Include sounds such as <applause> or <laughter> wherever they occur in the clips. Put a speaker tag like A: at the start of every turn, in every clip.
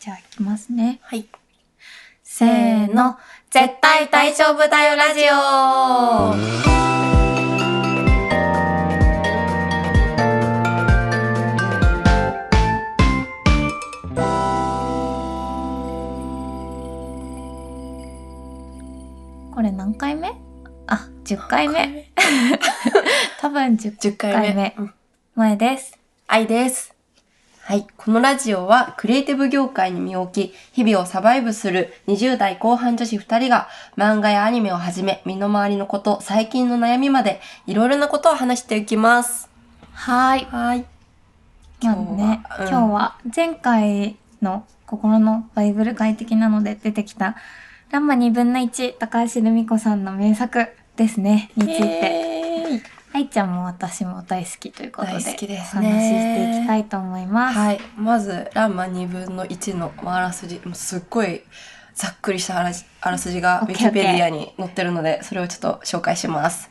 A: じゃあ、いきますね。
B: はい。
A: せーの。絶対大丈夫だよラジオこれ何回目あ、10回目。
B: 目。
A: 多分10
B: 10回
A: 回
B: 目
A: 目。
B: うん
A: 前です。
B: 愛です。はい。このラジオは、クリエイティブ業界に身を置き、日々をサバイブする20代後半女子2人が、漫画やアニメをはじめ、身の回りのこと、最近の悩みまで、いろいろなことを話していきます。
A: はい。
B: はい。
A: まあね、
B: 今日はう
A: 今
B: ん
A: 日は前回の心のバイブル外的なので出てきたランマ2分の1高橋留美子さんの名作ですね、について。
B: て。
A: 愛ちゃんも私も大好きということで、
B: 大好きです
A: お
B: ね
A: 話ししていきたいと思います。
B: はい。まず、ランマ2分の1のあらすじ、もうすっごい、ざっくりしたあらじあらすじが
A: オ
B: ウ
A: ッ
B: ィキ
A: ケーオッケー
B: ペディアに載ってるので、それをちょっと紹介します。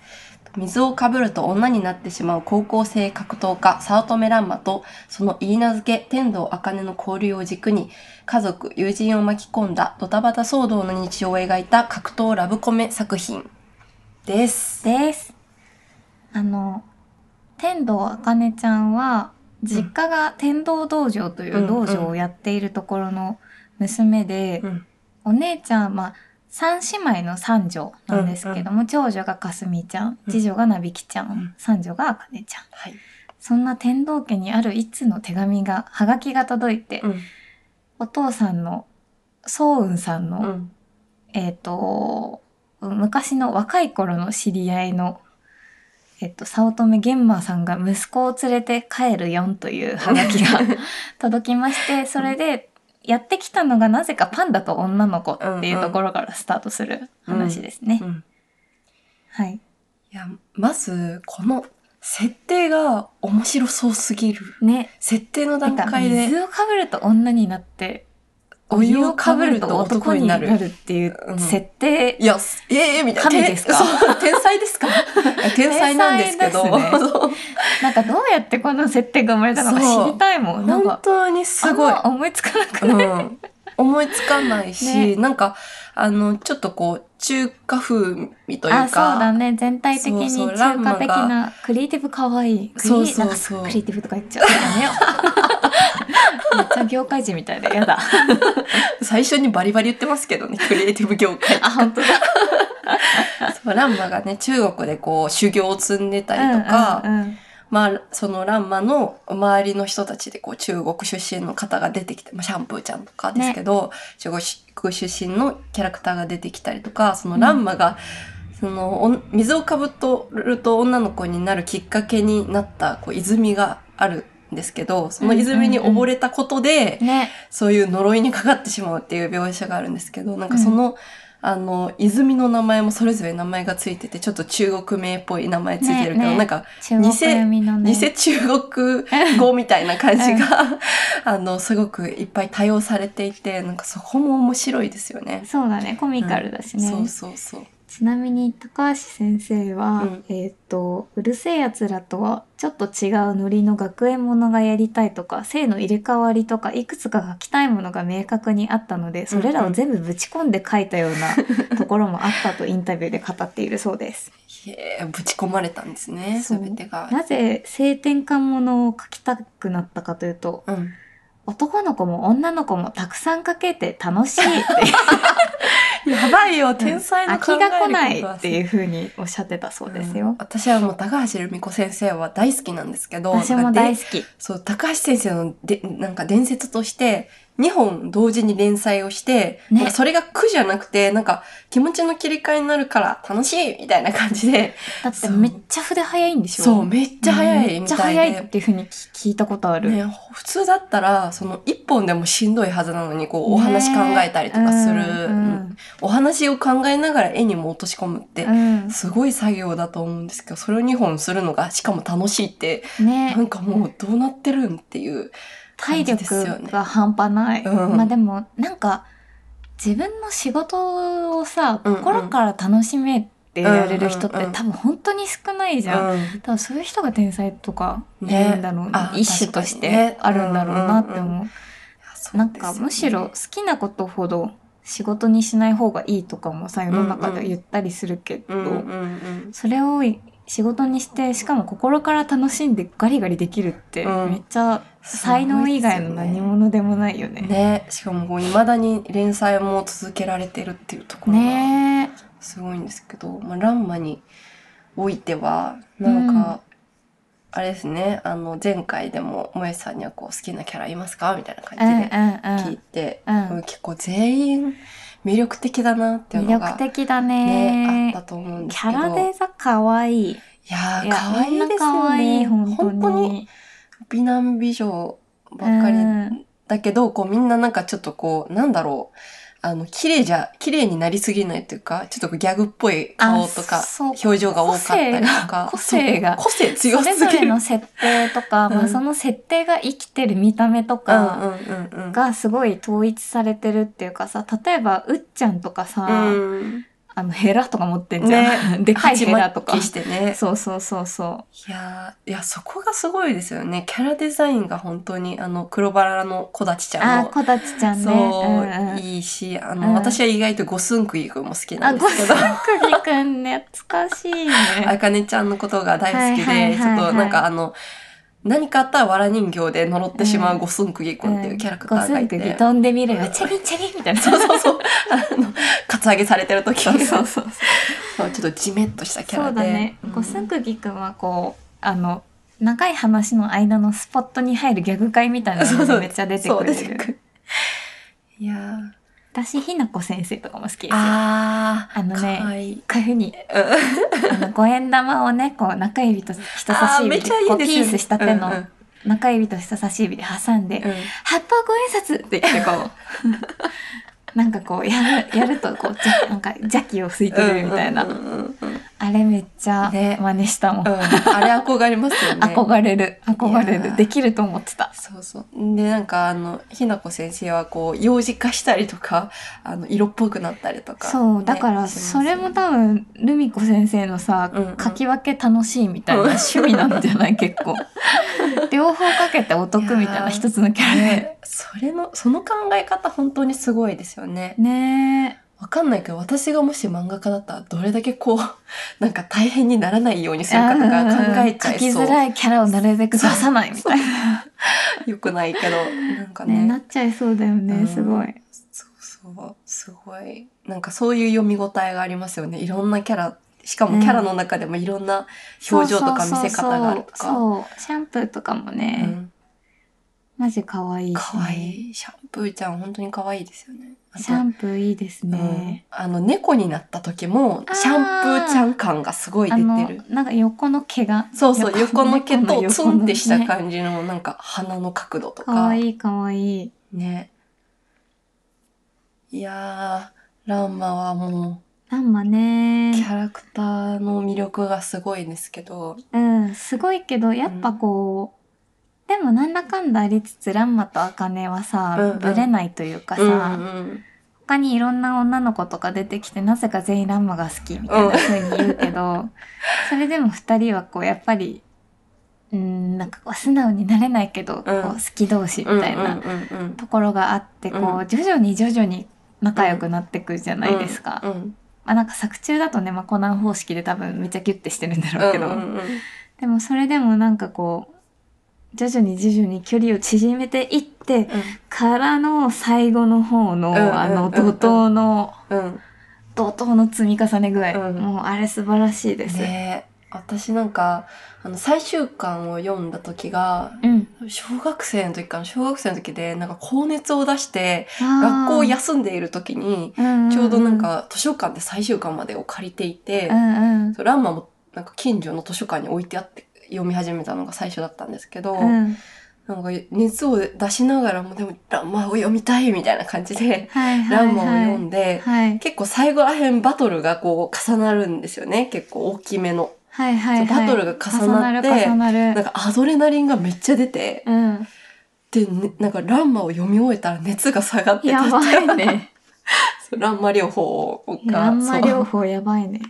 B: 水をかぶると女になってしまう高校生格闘家、早乙女蘭馬と、その言い名付け、天童茜の交流を軸に、家族、友人を巻き込んだドタバタ騒動の日常を描いた格闘ラブコメ作品です。
A: です。あの、天童あかねちゃんは、実家が天童道場という道場をやっているところの娘で、
B: うん。
A: お姉ちゃん、まあ、三姉妹の三女なんですけども、長女がかすみちゃん、
B: うん
A: 次女がなびきちゃん、
B: うん
A: 三女があかねちゃん。
B: はい。
A: そんな天童家にある一通の手紙が、はがきが届いて、
B: うん。
A: お父さんの、そううんさんの、
B: <laughs> うん。
A: えっ、と、昔の若い頃の知り合いの、えっ、と、早乙女玄馬さんが息子を連れて帰るよんというハガキが <laughs> 届きまして、それで、やってきたのがなぜかパンダと女の子っていうところからスタートする話ですね。
B: うん。
A: はい。
B: いや、まず、この設定が面白そうすぎる。
A: ね。
B: 設定の
A: な
B: 段
A: んか、
B: 階で、
A: 水をかぶると女になって、
B: お湯をかぶると
A: お湯をか
B: 男
A: ぶる
B: にな
A: と男
B: る。
A: っていう
B: うん
A: 設定。
B: いや、すええみたいな。
A: 神ですか
B: 天そう天才で
A: <laughs>
B: すか天才なんですけど。
A: 天才ですなんかどうやってこの設定が生まれたのか知りたいもん。 <laughs> なん
B: 本
A: か、
B: 当にすごい
A: あん。ま思いつかなくない
B: うん、思いつかないし、
A: ね
B: なんか、あの、ちょっとこう、中華風味というか、
A: あ、そうだね。全体的に
B: そうそう
A: 中
B: ランマ
A: 華
B: が
A: 的な、クリエイティブかわいい。クリ
B: そうそうそう
A: なんかクリエイティブとか言っちゃう。ダメよ。めっちゃ業界人みたいで、やだ。
B: 最初にバリバリ言ってますけどね、クリエイティブ業界と
A: <laughs>
B: か。
A: あ、本当だ。
B: そうランマがね、中国でこう、修行を積んでたりとか、
A: うんうんうん
B: まあ、そのランマの周りの人たちでこう中国出身の方が出てきて、まあ、シャンプーちゃんとかですけど、中国出身のキャラクターが出てきたりとかそのランマが、そのお水をかぶとると女の子になるきっかけになったこう泉があるんですけどその泉に溺れたことで、
A: ね。
B: そういう呪いにかかってしまうっていう描写があるんですけどなんかその、あの泉の名前もそれぞれ名前がついててちょっと中国名っぽい名前ついてるけど、
A: ねね
B: なんか
A: 中国読みのね。
B: 偽中国語みたいな感じが、 <laughs> あの、すごくいっぱい多用されていて、なんかそこも面白いですよね。
A: そうだね。コミカルだしね。
B: そうそうそう。
A: ちなみに、高橋先生は、
B: うん
A: えっ、と、うるせえ奴らとは、ちょっと違うノリの学園ものがやりたいとか、性の入れ替わりとか、いくつか書きたいものが明確にあったので、それらを全部ぶち込んで書いたよう
B: <laughs>
A: なところもあったとインタビューで語っているそうです。
B: へえぶち込まれたんですね、
A: そ
B: す
A: う
B: べてが。
A: なぜ性転換ものを書きたくなったかというと、
B: うん。
A: 男の子も女の子もたくさん書けて楽しいっていう
B: やばいよ、 <laughs> 天才の考え
A: 飽き
B: る
A: が
B: こと
A: 来ないっていうふうにおっしゃってたそうです
B: う
A: よ
B: ん。私はもう高橋留美子先生は大好きなんですけど、
A: 私も
B: なんか
A: 大
B: で
A: 好き。
B: そう、高橋先生ので、なんか伝説として、2本同時に連載をして、
A: ね
B: なんかそれが苦じゃなくて、なんか気持ちの切り替えになるから楽しいみたいな感じで、
A: だってめっちゃ筆早いんでしょ
B: そう、
A: めっ
B: めっちゃ早い
A: めっ
B: み
A: ちゃ
B: たい
A: 早
B: で。
A: いっていうふうに聞聞いたことある。
B: ね、普通だったら、その一本でもしんどいはずなのに、こう、お話考えたりとかする、
A: ねうん
B: お話を考えながら絵にも落とし込むって
A: う、ん
B: すごい作業だと思うんですけど、それを2本するのが、しかも楽しいって、
A: うんね
B: なんかもうどうなってるんっていう。
A: 体
B: 感じですよ
A: 力
B: ね
A: が半端ない。
B: うん
A: まあでもなんか自分の仕事をさ、
B: うんうん
A: 心から楽しめってやれる人っ
B: うんうん
A: て
B: うん
A: 多分本当に少ないじゃん。
B: うん
A: 多分そういう人が天才とかい
B: ね
A: るんだろう、
B: あ
A: 一種とし
B: 確か
A: て
B: にね
A: あるんだろうなって思う。
B: あそう
A: なん
B: です
A: か
B: よね
A: むしろ好きなことほど仕事にしない方がいいとかもさ世の中では言ったりするけど、
B: うんうんうん
A: それを仕事にしてしかも心から楽しんでガリガリできるって
B: うん
A: めっちゃ才能以外の何物でもないよね。
B: ねしかもこう未だに連載も続けられてるっていうところが
A: ね
B: すごいんですけど、まあ、ランマにおいてはなんか、
A: うん
B: あれですねあの前回でも萌さんにはこう好きなキャラいますかみたいな
A: え、うん
B: 感じで
A: うん
B: 聞いて、
A: うん
B: うん結構全員魅力的だなっていう
A: うん。
B: の
A: 魅
B: が
A: 力、的だ
B: ね
A: ね
B: あったと思うんで
A: キ
B: すけ
A: ャラ
B: ど
A: デザ可愛い。
B: いや
A: い
B: ー
A: や
B: 可愛いです
A: 可
B: よ
A: 愛い
B: ね
A: 本当に。
B: 美男美女ばっかり
A: うん
B: だけど、こうみんななんかちょっとこう、なんだろう。あの、綺麗じゃ、綺麗になりすぎないというか、ちょっとこうギャグっぽい顔と
A: あ
B: か、
A: そう
B: 表情が多かったりとか。
A: 個性が
B: そう個性強
A: そ
B: すぎ
A: れ
B: る。
A: ぞれの設定とか、ま
B: う
A: あ
B: ん
A: その設定が生きてる見た目と
B: うん
A: か
B: うんうんうん。
A: がすごい統一されてるっていうかさ、例えばうっちゃんとかさ、
B: うん。
A: あのヘラとか持ってんじゃ <laughs> ん。でかいヘラとか
B: 鉢。巻きしてね。
A: そうそうそうそ
B: いやーいや、そこがすごいですよね。キャラデザインが本当に、あの、黒バラの小立ち
A: う。
B: ちゃん
A: あ
B: の
A: ー、小立ちちゃんね。
B: そう、
A: んん
B: いいし、あ
A: う
B: の、
A: ん
B: 私は意外と五寸釘君も好きな
A: あ、
B: んで
A: ご
B: すけ
A: す
B: ど、
A: くぎくんね、懐かしい
B: あ
A: ね。
B: かねちゃんのことが大好き
A: はいはい
B: で、ち
A: はい
B: ょ
A: はい
B: っとなんかあの、何かあったら藁人形で呪ってしま
A: う
B: うん五寸釘君っていうキャラクタ
A: ご
B: ー
A: す
B: がい
A: ん
B: て、
A: くぎ飛んでみるよ。チェリンチェリンみたいな。そう
B: そうそう、あの、カツアゲされてる時
A: そうそうそう。
B: そうちょっとジメッとしたキャ
A: そ
B: ラ
A: う
B: で。
A: だね
B: う。ん
A: ごすんくぎくんはこう、あの、長い話の間のスポットに入るギャグ会みたいな
B: そ
A: の
B: うそ
A: が
B: う
A: めっちゃ出て
B: そ
A: く
B: う
A: れ
B: 出て
A: る。
B: くる。いやー
A: 私、ひなこ先生とかも好きですよ。あ
B: あー、
A: あのね
B: かわいい。
A: あいうふうに、あの、五円玉をね、こう、中指と人差
B: あ
A: し
B: ー
A: 指
B: めっ
A: で
B: ちゃい
A: こ、
B: いうです
A: ピ
B: よね
A: ースした手
B: うんう
A: の
B: ん
A: 中指と人差し指で挟んで、
B: うん
A: 八方五円札って言ってこうなんかこうやるやるとこうじゃなんか邪気を吸い取れるみたいな、
B: うんうんうんうん
A: あれめっちゃ
B: ね
A: 真似したもん、
B: うんあれ憧れますよ
A: <laughs>
B: ね。
A: 憧れる憧れ
B: いやー
A: るできると思ってた
B: そうそう。で、なんか、あの、ひなこ先生は、こう、幼児化したりとか、 <laughs> あの、色っぽくなったりとかね、
A: そうだから
B: します
A: それも多分ルミ子先生のさ、
B: うんうん
A: 書き分け楽しいみたいな
B: うん
A: 趣味なんじゃない結
B: <laughs>
A: 構両方かけてお得みたい
B: いや
A: な
B: ー
A: 一つのキャラで
B: ねそれの、その考え方、本当にすごいですよね。
A: ね
B: わかんないけど、私がもし漫画家だったら、どれだけこう、 <laughs> なんか大変にならないように
A: え
B: するかとか考えちゃ
A: 書
B: い
A: き
B: そう
A: づ。らいキャラをなるべく出さないみたいな、
B: よくないけど、なんか
A: ね
B: ね。
A: なっちゃいそうだよね、
B: うん
A: すごい
B: そうそう、すごい。なんかそういう読み応えがありますよね。いろんなキャラ、しかもキャラの中でもいろんな表情とか見せ方があるとか。
A: そうそうそうそうシャンプーとかも
B: う
A: ね、
B: ん
A: マジ可愛いし
B: 可愛いシャンプーちゃん本当に可愛いですよね。あと
A: シャンプーいいですね、
B: うんあの猫になった時も
A: あー
B: シャンプーちゃん感がすごい出
A: あの
B: てる。
A: なんか横の毛が
B: そうそう横の毛
A: 猫
B: と
A: 横
B: ツ
A: のね
B: ンってした感じのなんか鼻の角度と
A: 可
B: か
A: 愛い可愛い
B: ね。いやーランマはも
A: ランマね
B: うキャラクターの魅力がすごいんですけど、
A: うんすごいけどやっぱこう、でもなんだかんだありつつランマとアカネはさ、
B: うんうん
A: ぶれないというかさ、
B: うんうん
A: 他にいろんな女の子とか出てきてなぜか全員ランマが好きみたいな風に言うけど、
B: <laughs>
A: それでも二人はこうやっぱりうーんなんかこう素直になれないけど、こう好き同士みたい
B: うん
A: な
B: うんうん
A: ところがあって、こ
B: う
A: う徐々に徐々に仲良くなってくるじゃないですか。
B: うんうん
A: まあなんか作中だとね、まあ、コナン方式で多分めっちゃギュッてしてるんだ
B: う
A: ろうんけど、
B: うんうん
A: でもそれでもなんかこう徐々に徐々に距離を縮めていってからの最後の方の、
B: うんうんうんうん
A: あの怒涛の
B: うんうん
A: 怒涛の積み重ね具合、
B: うん
A: もうあれ素晴らしいです。
B: ねえ私なんかあの最終巻を読んだ時が
A: うん、
B: 小学生の時かな小学生の時でなんか高熱を出して学
A: 学
B: 校を休んでいる時にちょうどなん、か図書館で最終巻までを借りていて
A: うん、うん
B: そうランマもなんか近所の図書館に置いてあって読み始めたのが最初だったんですけど、
A: うん、
B: なんか熱を出しながらもでもランマを読みたいみたいな感じで
A: はいはいはい、
B: ランマを読んで
A: はい
B: 結構最後らへんバトルがこう重なるんですよね結構大きめの。
A: はいはい
B: そう
A: はい、
B: バトルが重なって
A: 重なる重な
B: なん
A: る
B: かアドレナリンがめっちゃ出て、
A: うん
B: で、ねなんかランマを読み終えたら熱が下がってた
A: やばいね
B: <laughs> そうランマ療法が。
A: ランマ
B: そ
A: 療
B: う
A: 法やばいね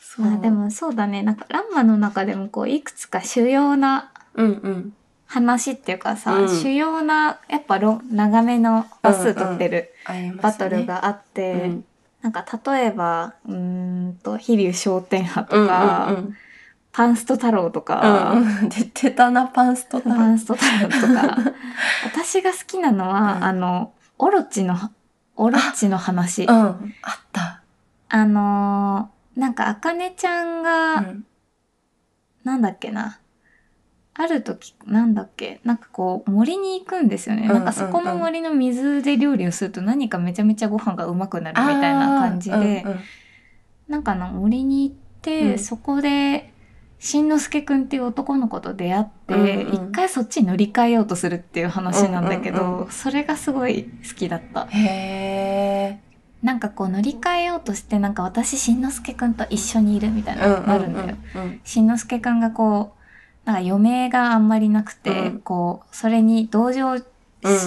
B: そう
A: あでもそうだねなんかランマの中でもこういくつか主要な
B: うんうん。
A: 話っていうかさ、
B: うん
A: 主要なやっぱロ長めの話数取ってる
B: ありま
A: バ
B: すね
A: トルがあって、
B: うん
A: なんか例えばうーんと飛龍昇天派
B: うん
A: とか、
B: うんうん
A: パンスト太郎とか、
B: うんうん出てたなパンストタ
A: パンスト太郎とか
B: <laughs>
A: 私が好きなのは、
B: うん
A: あのオロチのオロチの話
B: う
A: あ
B: んあった
A: のーなんかあかねちゃんが、
B: うん
A: なんだっけな。ある時、なんだっけ、なんかこう、森に行くんですよね。
B: うんうん
A: な
B: うん
A: んかそこの森の水で料理をすると何かめちゃめちゃご飯がうまくなるみたいな感じで、
B: あーうんうん
A: なんかあの森に行って、
B: うん
A: そこで、しんのすけくんっていう男の子と出会って、
B: うんうん
A: 一回そっちに乗り換えようとするっていう話なんだけど、
B: うんうんう
A: それがすごい好きだった。
B: へ
A: なんかこう乗り換えようとして、なんか私しんのすけくんと一緒にいるみたい
B: え
A: な、なるんだよ。しんのすけくんがこう、なんか余命があんまりなくて、
B: うん
A: こう、それに同情し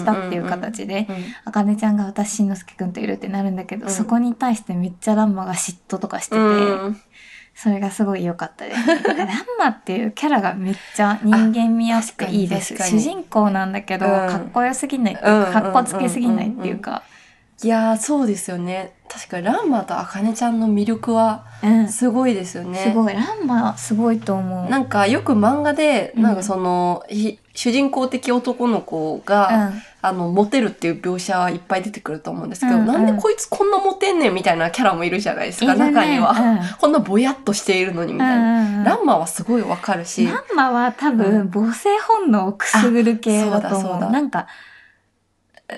A: たっていう形で、あかねちゃんが私しんのすけくんといるってなるんだけど、
B: うん
A: そこに対してめっちゃランマが嫉妬とかしてて、
B: うん
A: それがすごい良かったです。なんかランマっていうキャラがめっちゃ人間味あっていいです。
B: あ確かに
A: 主人公なんだけど、
B: うん
A: かっこよすぎないっていうか、かっこつけすぎないっていうか、
B: いやーそうですよね確かにランマとあかねちゃんの魅力は
A: うん。す
B: すごいですよね。
A: ごい、ランマすごいと思う。
B: なんかよく漫画で
A: うん
B: なんかその、ひ主人公的男の子が、
A: うん
B: あのモテるっていう描写はいっぱい出てくると思うんですけ
A: う
B: ど、
A: んうん
B: なんでこいつこんなモテんねんみたいなキャラもいるじゃないですか、
A: いるね
B: 中には、
A: うん
B: こんなぼやっとしているのにみたいな、
A: うんうんうん
B: ランマはすごいわかるし、
A: ランマは多分母性本能をくすぐる系だと
B: あそう
A: 思
B: だそう
A: う。
B: だ
A: なんか、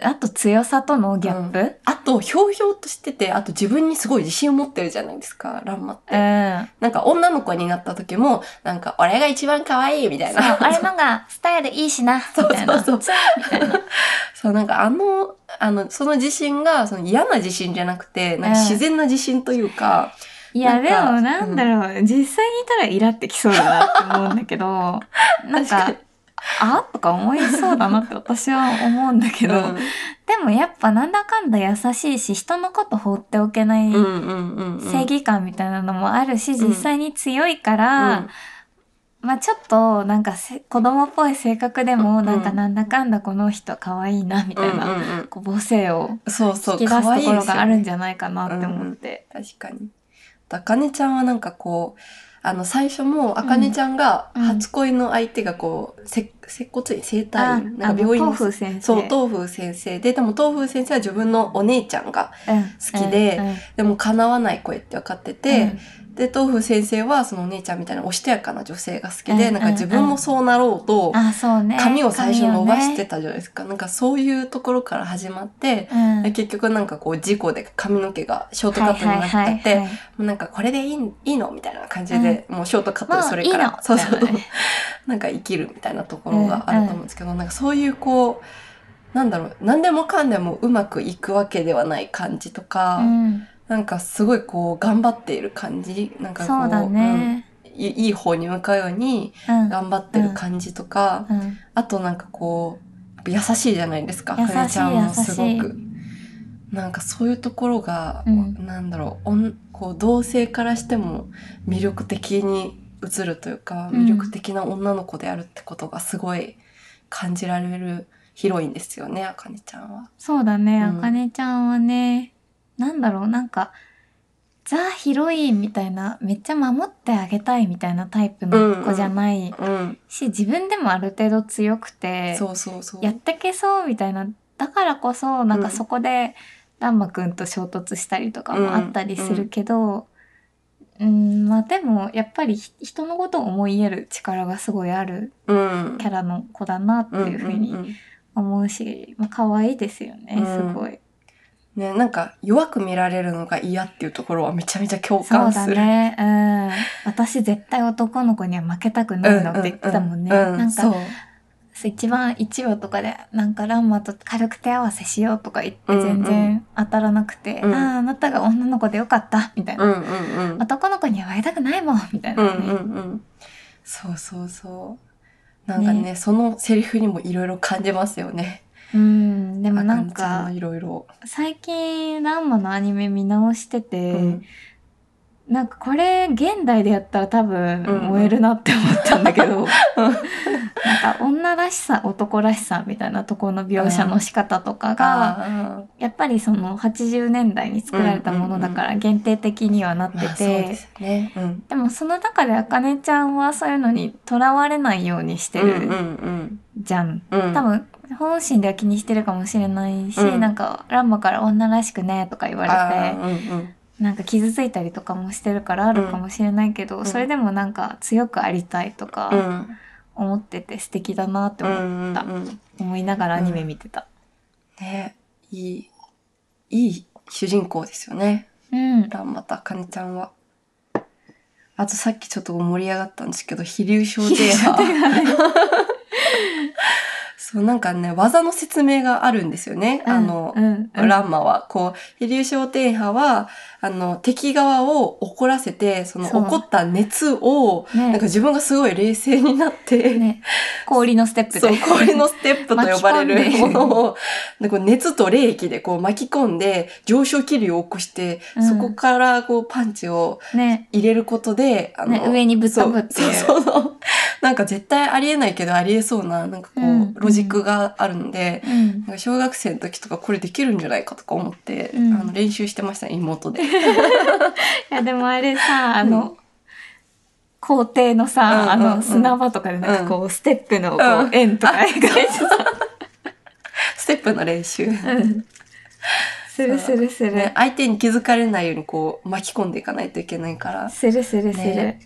A: あと強さとのギャップ、うん
B: あとひょうひょうとしててあと自分にすごい自信を持ってるじゃないですかランマって、なんか女の子になった時もなんか俺が一番可愛いみたい
A: そう、
B: な
A: あれのがスタイルいいしな、みたいな。
B: そうそ
A: そ
B: う
A: う。みたいな。
B: <laughs> そう、なんかあの、あの、その自信が、その嫌な自信じゃなくて、なんか自然な自信というか、
A: いや、
B: なん
A: で
B: か
A: もなんだろう、実際にいたらイラってきそうだなって思うんだけど、なん
B: <laughs> 確か
A: か
B: に、
A: あとか思いそうだなって私は思うんだけど、
B: うん
A: でもやっぱなんだかんだ優しいし、人のこと放っておけない
B: うんうんうんうん。
A: 正義感みたいなのもあるし、
B: ん
A: 実際に強いから、まあちょっとなんかせ子供っぽい性格でも
B: うん
A: なんかなんだかんだこの人可愛いなみ
B: うん
A: たいな、
B: うんうんうん
A: こう母性を
B: そうそ
A: 引き
B: う、
A: 出すと
B: 可愛い
A: こ
B: で
A: ろ
B: すよ
A: があ
B: ね
A: るんじゃないかなって思って。
B: 確かに。あかねちゃんはなんかこう、あの、最初も、あかねちゃんが、
A: うん
B: 初恋の相手がこう、せ、接骨院、整
A: あ
B: 体院、な
A: あ
B: んか
A: の
B: 病院
A: 豆
B: の、
A: 腐先生
B: そう、東風先生で、でも東風先生は自分のお姉ちゃんが、
A: うん
B: 好きで
A: うんうん
B: でも叶わない声って分かってて、で豆腐先生はそのお姉ちゃんみたいなおしとやかな女性が好きで、
A: うんうん
B: なんか自分もそうなろうと
A: うんあそうね
B: 髪を最初伸ばして
A: て、
B: たじゃないですか、なんかそういうところから始まって、
A: うん
B: で結局なんかこう事故で髪の毛がショートカットになっちゃっ
A: は
B: て、
A: いはいはいはい
B: もうなんかこれでいいいいのみたいな感じで、もうショートカットでそれ
A: もうい
B: か
A: い
B: ら
A: の
B: そうそ
A: み
B: う
A: たいなね
B: <laughs> なんか生きるみたいなところがあると思うんですけど、なんかそういうこうなんだろう何でもかんでもうまくいくわけではない感じとか、
A: うん
B: なんかすごいこう頑張っている感じなんかこう
A: そうだね。
B: うんいいい方に向かうように
A: うん
B: 頑張ってる感じとか、
A: うん
B: あとなんかこうやっぱ優しいじゃないですか
A: 優しい
B: かねちゃんもすご
A: 優し
B: く。なんかそういうところが、
A: うん
B: なんだろうおんこう同性からしても魅力的に映るというか
A: うん
B: 魅力的な女の子であるってことがすごい感じられるヒロインですよねあかねちゃんは。
A: そうだね、
B: うん
A: あかねちゃんはね、なんだろう、なんか、ザ・ヒロインみたいな、めっちゃ守ってあげたいみたいなタイプの子じゃない
B: うん、
A: し、自分でもある程度強くて、
B: そうそうそう。
A: やってけそうみたいな、だからこそ、なんかそこで、ランマくんと衝突したりとかもあったりするけど、うん、まあでも、やっぱりひ人のことを思いやる力がすごいある
B: うん
A: キャラの子だなっていうふうに
B: んんん
A: 思うし、まあ可愛いですよね、
B: うん
A: すごい。
B: ね、なんか弱く見られるのが嫌っていうところはめちゃめちゃ共
A: そう
B: 感
A: だ
B: する。
A: ね。うん。私絶対男の子には負けたくないのって言ってたもんね。
B: ううう
A: なん
B: そう
A: か、一番一話とかで、なんかランマと軽く手合わせしようとか言って全
B: うんう
A: 然当たらなくて、
B: うん
A: ああ、あなたが女の子でよかった、みたいな。
B: うんうんうん。
A: 男の子には負けたくないもん、みたいな
B: うん
A: ね、
B: うんうん。そうそうそう。なんかね、
A: ね
B: そのセリフにもいろいろ感じますよね。
A: うんでもなん
B: あかねちゃん
A: か
B: の、いろいろ。
A: 最近ランマのアニメ見直してて、
B: うん
A: なんかこれ現代でやったら多分
B: うん
A: 燃えるなって思ったんだけど、
B: うん
A: なんか女らしさ男らしさみたいなところの描写の仕方とかが、
B: あ
A: やっぱりその80年代に作られたものだから限定的にはなっ
B: ーまあ
A: て
B: そう
A: て、
B: ですね。うん。
A: でもその中であかねちゃんはそういうのにとらわれないようにして
B: うんう
A: る
B: ん
A: じゃん。
B: うんうん。
A: 多分本心では気にしてるかもしれないし、
B: うん
A: なんかランマから女らしくねとか言われて
B: あーうんうん
A: なんか傷ついたりとかもしてるからあるかもしれないけど、
B: うん
A: それでもなんか強くありたいと
B: う
A: か
B: ん
A: 思ってて素敵だなって思,、
B: うんうんうん
A: 思いながらアニメ見てた。
B: ねいいいい主人公ですよね
A: うん、
B: ランマとあかねちゃんは。あとさっきちょっと盛り上がったんですけど飛竜症
A: 飛竜
B: デー
A: 少 <laughs>
B: ハ <laughs> ー
A: 年派
B: そうなんかね技の説明があるんですよね。あの、
A: うんうんうん
B: ランマは、こう、飛竜昇天派は、あの、敵側を怒らせて、その
A: そう
B: 怒った熱を、
A: ね
B: なんか自分がすごい冷静になって、
A: ね、氷のステップで
B: そう、氷のステップと呼ばれる
A: 巻き込
B: も
A: んで
B: のを、でこう熱と冷気でこう巻き込んで、上昇気流を起こして、
A: うん
B: そこからこうパンチを
A: <laughs> ね
B: 入れることで、あ
A: ね上にぶっ飛ぶっていう
B: そうそうそうそう。 <laughs> なんか絶対ありえないけどありえそうな、なんかこう、
A: うん
B: ロジックがあるので、
A: うん
B: なんか小学生の時とかこれできるんじゃないかとか思って、
A: うん
B: あの練習してましたね、妹で。
A: い
B: <laughs>
A: やでもあれさあの、校庭のさ、
B: うんうんうん
A: あの砂場とかでなんかこう、ステップのこ
B: う
A: うん円とか描いて
B: <laughs>
A: さ、
B: ステップの練習。
A: うん、するするする、
B: ね、相手に気づかれないようにこう巻き込んでいかないといけないから。
A: するするする、
B: ね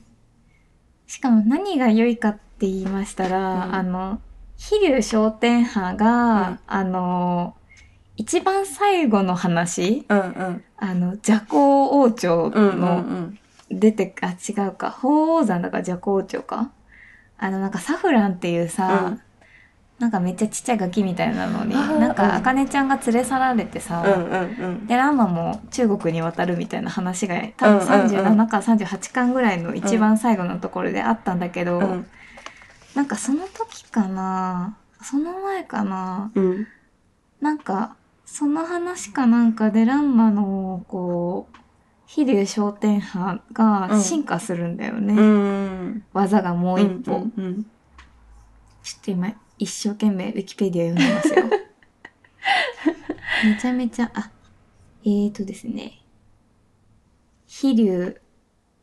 A: しかも何が良いかって言いましたら、
B: うん
A: あの飛龍商店派が、
B: うん
A: あの一番最後の話
B: うんうん。
A: あの蛇行王朝
B: うんう
A: の
B: ん
A: 出てあ違うか鳳凰山だから蛇行鳥かあのなんかサフランっていうさ、
B: うん
A: なんかめっちゃちっちゃいガキみたいなのに
B: あー
A: なん
B: うん
A: か茜ちゃんが連れ去られて
B: うん。うん
A: さ、
B: うんうん。
A: でランマも中国に渡るみたいな話が多分
B: うんうんうん
A: 37か38巻ぐらいの一番最後のところであったんだけど、
B: うん
A: なんかその時かなその前かな
B: うん
A: なんかその話かなんかでランマのこう飛龍商店派が進化するんだよね、
B: うん。
A: 技がもう一歩、
B: うんうん
A: ちょっと今一生懸命ウィキペディア読んでますよ <laughs> めちゃめちゃあえーとですね飛龍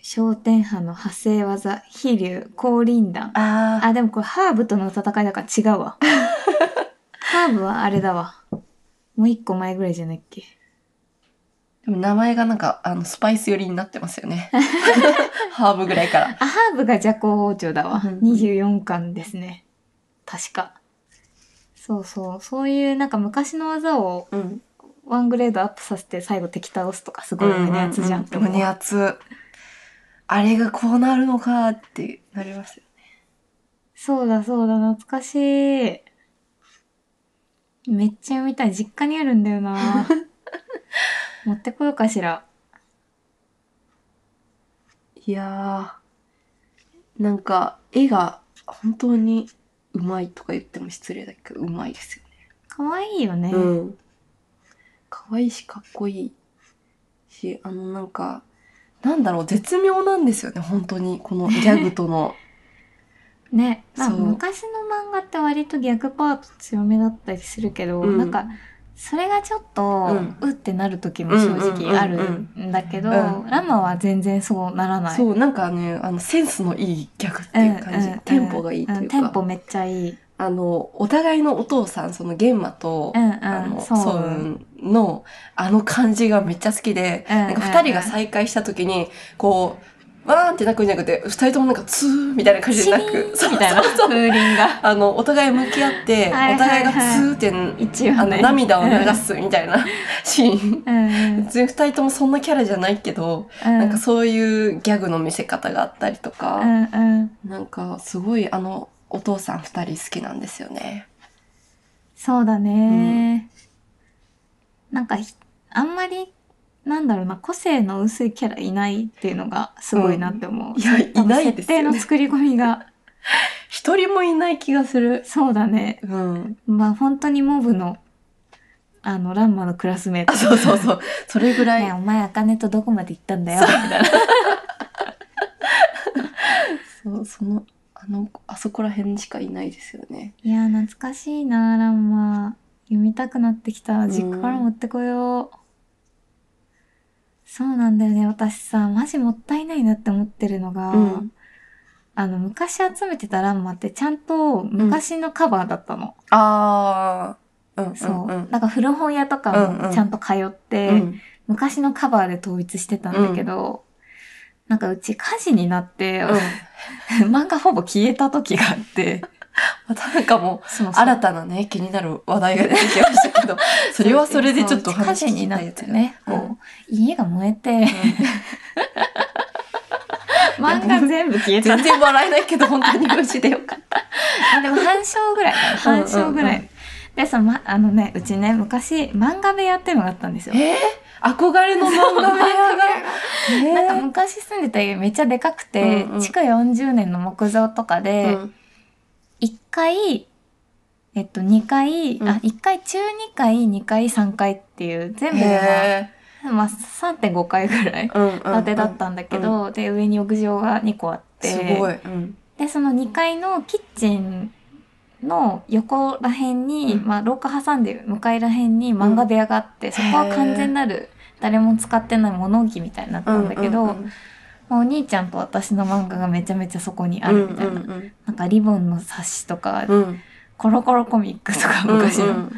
A: 商店派の派生技飛龍降臨弾
B: ああ。
A: あでもこれハーブとの戦いだから違う <laughs> わハーブはあれだわもう一個前ぐらいじゃないっけ
B: でも名前がなんか、あの、スパイス寄りになってますよ <laughs> ね。ハーブぐらいから。
A: あハーブが蛇行王朝だわ、
B: うん
A: 24巻ですね確かそうそうそういうなんか昔の技を
B: うん。
A: ワングレードアップさせて最後敵倒すとかすごい胸熱じゃんって思う。
B: 胸熱。あれがこうなるのかってなりますよ。
A: そうだそうだ、懐かしい。めっちゃ読みたい。実家にあるんだよ <laughs> な。持ってこようかしら。
B: いやー。なんか、絵が本当にうまいとか言っても失礼だけど、うまいですよね。
A: 可愛いよね。
B: うん。可愛いし、かっこいいし、あの、なんか、なんだろう、絶妙なんですよね、本当に。このギャグと
A: <laughs>
B: の。
A: ね。まあ
B: そう
A: 昔の漫画って割と逆パート強めだったりするけど、
B: うん
A: なんか、それがちょっと、うってなる時も正直あるんだけど、
B: うんうんうんうん
A: ラマは全然そうならない。
B: そう、なんかね、あの、センスのいいギャグっていう感じ。
A: んんん
B: テンポがいいというか。
A: んテンポめっちゃいい。
B: あの、お互いのお父さん、その、玄馬と、
A: うんうん
B: あの、
A: そう
B: ソウンの、あの感じがめっちゃ好きで、
A: うんうんうん
B: なんか二人が再会した時に、こう、わーんって泣くんじゃなくて、二人ともなんかツーみたいな感じで泣
A: シーン
B: く。そう
A: みたい <laughs> な
B: そうそう
A: 風鈴が
B: あの、お互い向き合って、お
A: はいはいはい
B: 互いがツーって、
A: 一応ね
B: あの、涙を流すみたい
A: <laughs>
B: なシーン。
A: うんうん
B: 別に二人ともそんなキャラじゃないけど、
A: な
B: なんかそういうギャグの見せ方があったりと
A: う
B: か、
A: んうん
B: なんかすごいあの、お父さん二人好きなんですよね。
A: そうだね、なんかひあんまりなんだろうな個性の薄いキャラいないっていうのがすごいなって思う、
B: いや、い
A: 多分
B: ないで
A: 設
B: すよ
A: 定の
B: ね。
A: 作り込み
B: <laughs>
A: が
B: 一人もいない気がする。
A: そうだね
B: うん。
A: まあ本当にモブのあのランマのクラスメート
B: あ、そうそうそう。それぐらい。
A: ね、お前あかねとどこまで行ったんだよみたいな
B: そう、その、あの、あそこら辺しかいないですよね。
A: いやー、懐かしいな、ランマ。読みたくなってきた。
B: ん
A: 実家から持ってこよう。そうなんだよね。私さ、マジもったいないなって思ってるのが、
B: うん
A: あの、昔集めてたランマってちゃんと昔のカバーだったの。
B: ああ、うん、
A: そう。
B: うん、うん。
A: なんか古本屋とかもちゃんと通って、
B: うん
A: 昔のカバーで統一してたんだけど、なんかうち火事になって、
B: う
A: <laughs>
B: ん
A: 漫画ほぼ消えた時があ
B: <laughs>
A: って、
B: <laughs> またなんかもう
A: そうそう
B: 新たなね気になる話題が出てきましたけ
A: <laughs>
B: どそれはそれでちょっとお
A: そう火事
B: 話聞き
A: にな
B: たい
A: っ
B: やつ
A: てね、
B: うん
A: こう家が燃えて、漫画全部消えた。
B: 全然笑えないけど本当に無事でよかった。
A: あでも半章ぐらい、半章ぐら
B: うん
A: い。でさ、ま、あのね、うちね、昔、漫画部屋っていうのがあったんです <laughs> よ。
B: えー、憧れの漫画部屋が。 <laughs> え
A: なんか昔住んでた家めっちゃでかくて、
B: うんうん
A: 地下40年の木造とかで、
B: うん
A: 1階、えっと2階、
B: うん
A: あ、1階中2階、2階、3階っていう、全部で、
B: へ
A: まあ、まあ、3.5階ぐらい
B: ーうんうんうん
A: 建てだったんだけど、で、上に屋上が2個あって、
B: すごい。うん
A: で、その2階のキッチンの横ら辺に、
B: うん
A: まあ廊下挟んで向かいら辺に漫画部屋があって、そこは完全なる誰も使ってない物置みたいになったんだけど、
B: うんうん
A: まあお兄ちゃんと私の漫画がめちゃめちゃそこにあ
B: うん
A: るみたいな。
B: うんうん
A: なんかリボンの冊子とか、
B: うん
A: コロコロコミックとか昔の。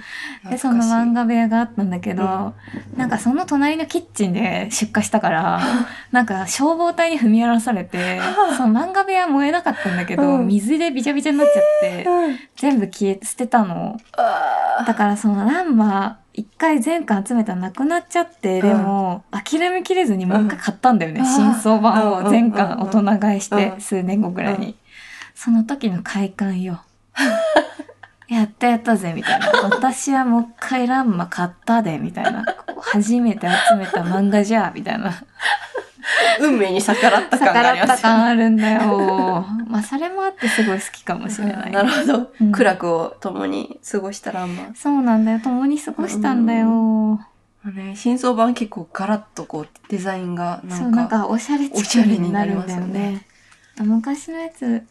A: で、その漫画部屋があったんだけど、なんかその隣のキッチンで出火したから、
B: <laughs>
A: なんか消防隊に踏み荒らされて、その漫画部屋燃えなかったんだけど、
B: うん
A: 水でびちゃびちゃになっちゃ
B: <laughs>
A: って、
B: うん
A: 全部消え、捨てたの。
B: あ
A: だからそのランマ、一回全巻集めたらなくなっちゃって、でも、諦めきれずにもう一回買ったんだよね。
B: うん
A: 新装版
B: うん
A: を全巻大人買いし
B: う
A: て
B: ん、
A: 数年後ぐらいに。その時の快感
B: <laughs>
A: よ。やったやったぜ、みたいな。私はもう一回ランマ買ったで、みたいな。こう初めて集めた漫画じゃ、みたいな。
B: ー運命に逆らった感
A: 逆
B: があ
A: ら
B: り
A: っ
B: ま
A: た
B: すよ
A: 感あるんだよ。まあ、それもあってすごい好きかもしれない。
B: <laughs> なるほど、
A: うん
B: 苦楽を共に過ごしたらあんま
A: そうなんだよ。共に過ごしたんだよ。
B: ね新装版結構ガラッとこうデザインがな
A: そうんなん
B: か
A: かおしゃれチックになるんだよね昔のやつ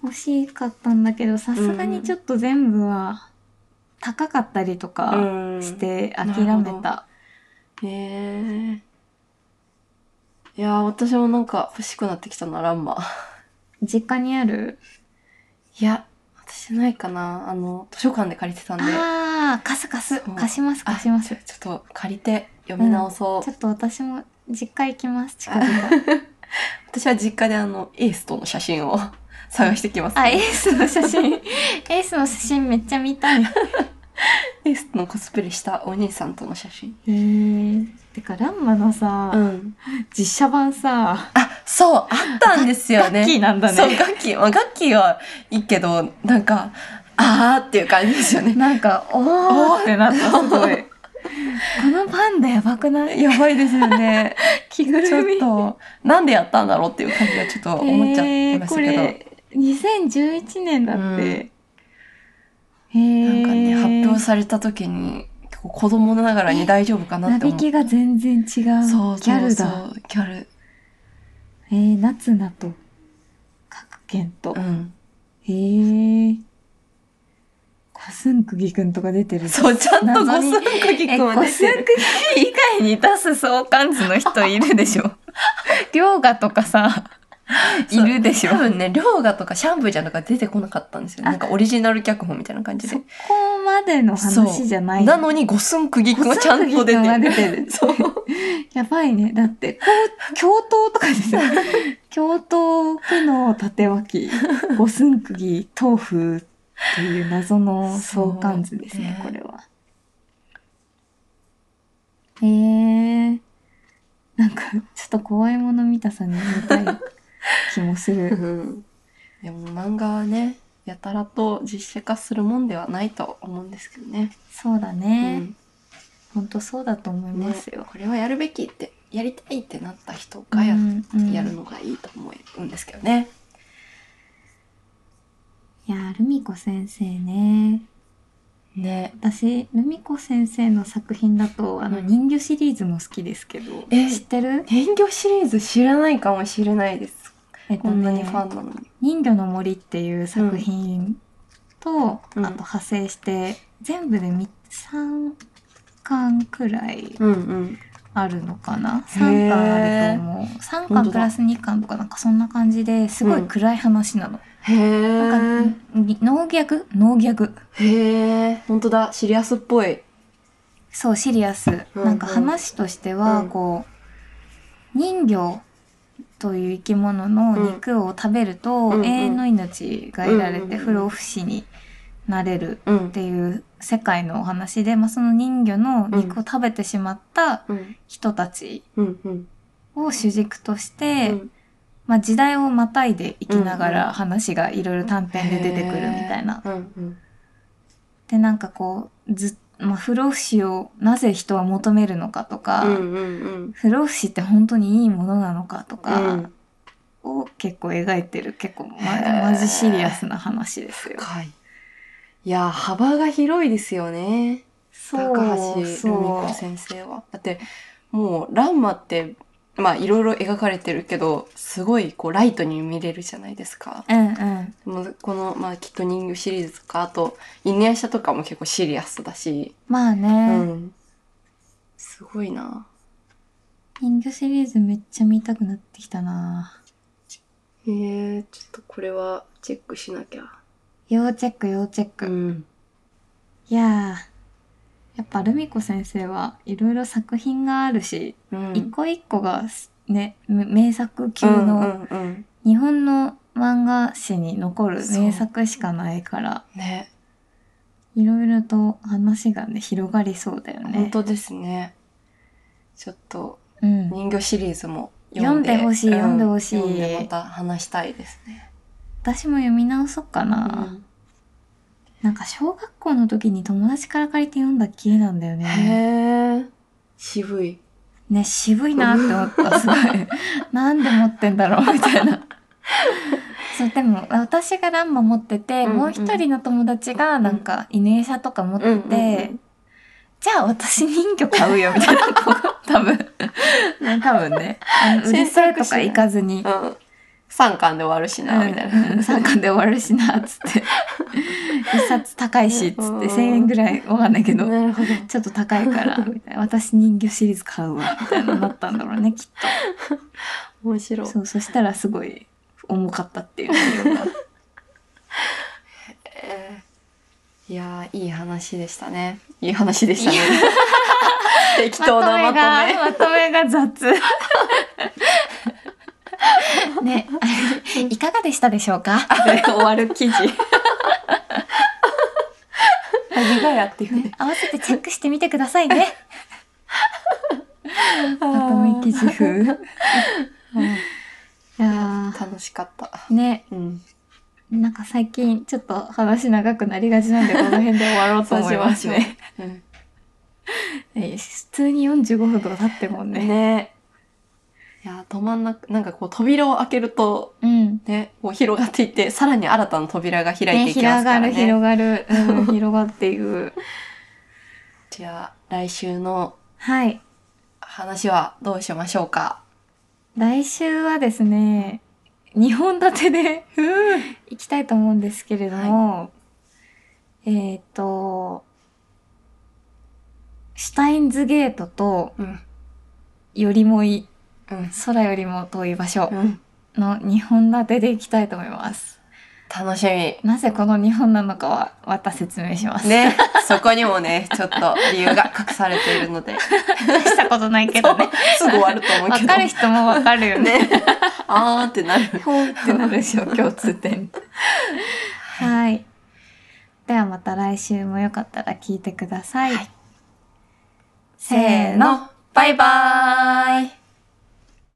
A: 欲しかったんだけどさすがにちょっと全部は高かったりとか
B: うん
A: して諦
B: なる
A: め
B: ほ
A: た、
B: へえいやー私もなんか欲しくなってきたなランマ
A: 実家にある
B: いや私ないかなあの図書館で借りてたんで
A: ああカスカス
B: そう
A: 貸します
B: あ
A: 貸します
B: ちょちょっと借りて読み直そう、
A: ちょっと私も実家行きます近々
B: 私は実家であのエースとの写真を <laughs> 探してきます、
A: <laughs> あエースの写真エースの写真めっちゃ見たいへ
B: エースのコスプレしたお兄さんとの写真
A: えてかランマのさ、
B: うん
A: 実写版さ
B: あそうあったんですよね
A: ガッキーなんだね
B: そうガッキ <laughs> ーまあガッキーはいいけどなんかあーっていう感じですよね
A: なんか、おーってなった、すごい。このパンダやばくない
B: やばいですよ
A: <laughs>
B: ね
A: 着ぐ
B: ちょ
A: るみ
B: っ。となんでやったんだろうっていう感じがちょっと思っちゃいましたけど、
A: えーこれ、2011年だって。へ
B: なんかね、発表
A: さ
B: された時に、結構子供ながらに大丈夫かな
A: な
B: って
A: び
B: 思う。
A: きが全然違う。ギ
B: そうそうそう。
A: ャルだ。。
B: ギャル。
A: えー、夏菜と、各県と
B: う。ん。
A: へえ。コスンクギくんとか出てる。
B: そう、ちゃんと
A: 謎
B: ゴ
A: に
B: スンクギ
A: え、
B: 君
A: コ
B: は
A: ス
B: 出
A: ン
B: て
A: ク
B: る。 <laughs>
A: ギ以外に出す相関図の人いるでしょ。涼河とかさ、いるでしょ
B: 多。分ね、涼河とかシャンブーちゃんとか出てこなかったんですよ。
A: あ
B: なんかオリジナル脚本みたいな感じ
A: そ
B: で
A: こ。までの話じゃない。
B: なのにゴスンクギ君はちゃんと
A: コ
B: 出
A: スンクギ君は出
B: て
A: て
B: る。
A: る
B: そう。
A: やばいね。だって、こう、教頭とかですよ。
B: <laughs>
A: 教頭苦の縦脇、五寸釘、豆腐っていう謎の相関図ですね、
B: そ
A: こ
B: うね
A: れは。へえ。なんか、ちょっと怖いもの見たさに見たい気もす
B: う <laughs>
A: る。
B: んでも漫画はね、やたらと実写化するもんではないと思うんですけどね。
A: そうだ
B: う
A: ね。
B: ん。
A: ほんとそうだと思いま
B: ね
A: すよ。
B: これはやるべきって、やりたいってなった人がやっ
A: うんうん
B: やるのがいいと思うんですけどね。
A: いやー、ルミ子先生ね。
B: ね。
A: 私、ルミ子先生の作品だと、あの、
B: うん
A: 人魚シリーズも好きですけど、
B: え
A: 知ってる
B: 人魚シリーズ知らないかもしれないです。
A: えっ
B: ことんなに
A: ね
B: ファンなのに。
A: 人魚の森っていう作品と、あと
B: うん
A: 派生して、全部で3 3巻くらい
B: うんうん。
A: あるのかな
B: へ
A: 3
B: ー
A: 巻あると思う3巻
B: 本当だ
A: プラス2巻とかなんかそんな感じですごい暗い話なの、
B: へえ。
A: なんかに農逆農逆
B: へえ。本当だ。シリアスっぽい。
A: そうシリアス、
B: うん
A: なんか話としては
B: うん
A: こう、人魚という生き物の肉を食べると、
B: うんうん
A: 永遠の命が得られ
B: うんうんう
A: て
B: ん
A: 不老不死になれる
B: う
A: っ
B: ん。
A: ていう世界のお話で、まあ、その人魚の肉を食べてしまった
B: うん
A: 人たち
B: うんうん。
A: を主軸として、
B: うん
A: まあ、時代をまたいでいきながら話がいろいろ短編で出てくるみたいな。
B: へーうんうん。
A: でなんかこうず、まあ、不老不死をなぜ人は求めるのかとか、
B: うんうんうん。
A: 不老不死って本当にいいものなのかと
B: う
A: か
B: ん
A: を結構描いてる結構ま
B: へー
A: マジシリアスな話ですよ。
B: 深い。いやー、幅が広いですよね。
A: そう
B: 高橋留美子先生は。だって、もう、ランマって、まあ、いろいろ描かれてるけど、すごい、こう、ライトに見れるじゃないですか。
A: うんうん
B: でもこの、まあ、きっと人魚シリーズとか、あと、犬や車とかも結構シリアスだし、
A: まあ
B: う
A: ね、
B: ん。すごいな。
A: 人魚シリーズめっちゃ見たくなってきたな
B: えー、ちょっとこれはチェックしなきゃ。
A: 要チェック要チェック、
B: ん。
A: いやーやっぱルミ子先生はいろいろ作品があるし、
B: うん。
A: 一個一個がすねむ名作級の
B: うんうんうん。
A: 日本の漫画史に残る名作しかないから
B: ね、
A: いろいろと話がね広がりそうだよね。
B: 本当ですね。ちょっと、
A: うん、
B: 人魚シリーズも
A: 読んでほしい
B: うん
A: 読んでほしい
B: 読んでまた話したいですね。
A: 私も読み直そうかな、なんか小学校の時に友達から借りて読んだっきりなんだよね。
B: へえ渋い。
A: ね渋いなって思ったす
B: <laughs>
A: ごいなんで持ってんだろうみたいな。そうでも私がランマ持ってて、
B: うんうん
A: もう一人の友達がなんか犬餌とか持ってて、じゃあ私人魚買うよみたいな子が多
B: <laughs>
A: 分ね多分ねあの売りさえとか行かずに
B: うん。 <laughs> 三巻で終わるしなみたいな。
A: 3巻で終わるしなっつって一冊高いしっつって
B: うん
A: 1,000円ぐらいわかんないけど、
B: なるほど。
A: ちょっと高い
B: <laughs>
A: からみたいな私人魚シリーズ買うわみたいななったんだろうねきっ
B: 面白
A: と
B: い。
A: そうそしたらすごい重かったっていう内容が
B: えーいやーいい話でしたね。いい話で <laughs> したね。適当なま
A: ま
B: とめ。
A: とめがまとめが雑 <laughs> ねあれいかがでしたでしょうか
B: <laughs> 終わる記事。何がやっていうね。
A: 合わせてチェックしてみてください
B: <laughs>
A: ねまとめ記事
B: <laughs>
A: 風いや
B: 楽しかった。
A: ーね
B: うん。
A: なんか最近ちょっと話長くなりがちなんでこの辺で終わろうと思いますね。
B: うん
A: え普通に45分とか経ってるもんね。
B: ねいや止まんなくなんかこう扉を開けると
A: うん。
B: ねこう広がっていってさらに新たな扉が開いていきま
A: 広
B: すか
A: が
B: らね
A: る広がる、
B: <laughs>
A: うん、広がっていく。
B: じゃあ来週の
A: はい。
B: 話はどうしましょうか
A: 来週はですね、2本立てで <laughs> 行きたいと思うんですけれども、えっ、と、シュタインズゲートと
B: うん
A: よりもい
B: うん、
A: 空よりも遠い場所
B: うん、
A: の2本立てで行きたいと思います。
B: 楽しみ
A: なぜこの日本なのかはまた説明します。
B: ねそこにもねちょっと理由が隠されているの <laughs> で
A: 大したことないけどね。
B: すぐ終わると思うけ
A: わ
B: ど
A: かる人もわかるよね。
B: ねあーってなる
A: ほうってなるでしょ、共通点。はい。ではまた来週もよかったら聞いてください。
B: はい
A: せーの。
B: バイバーイ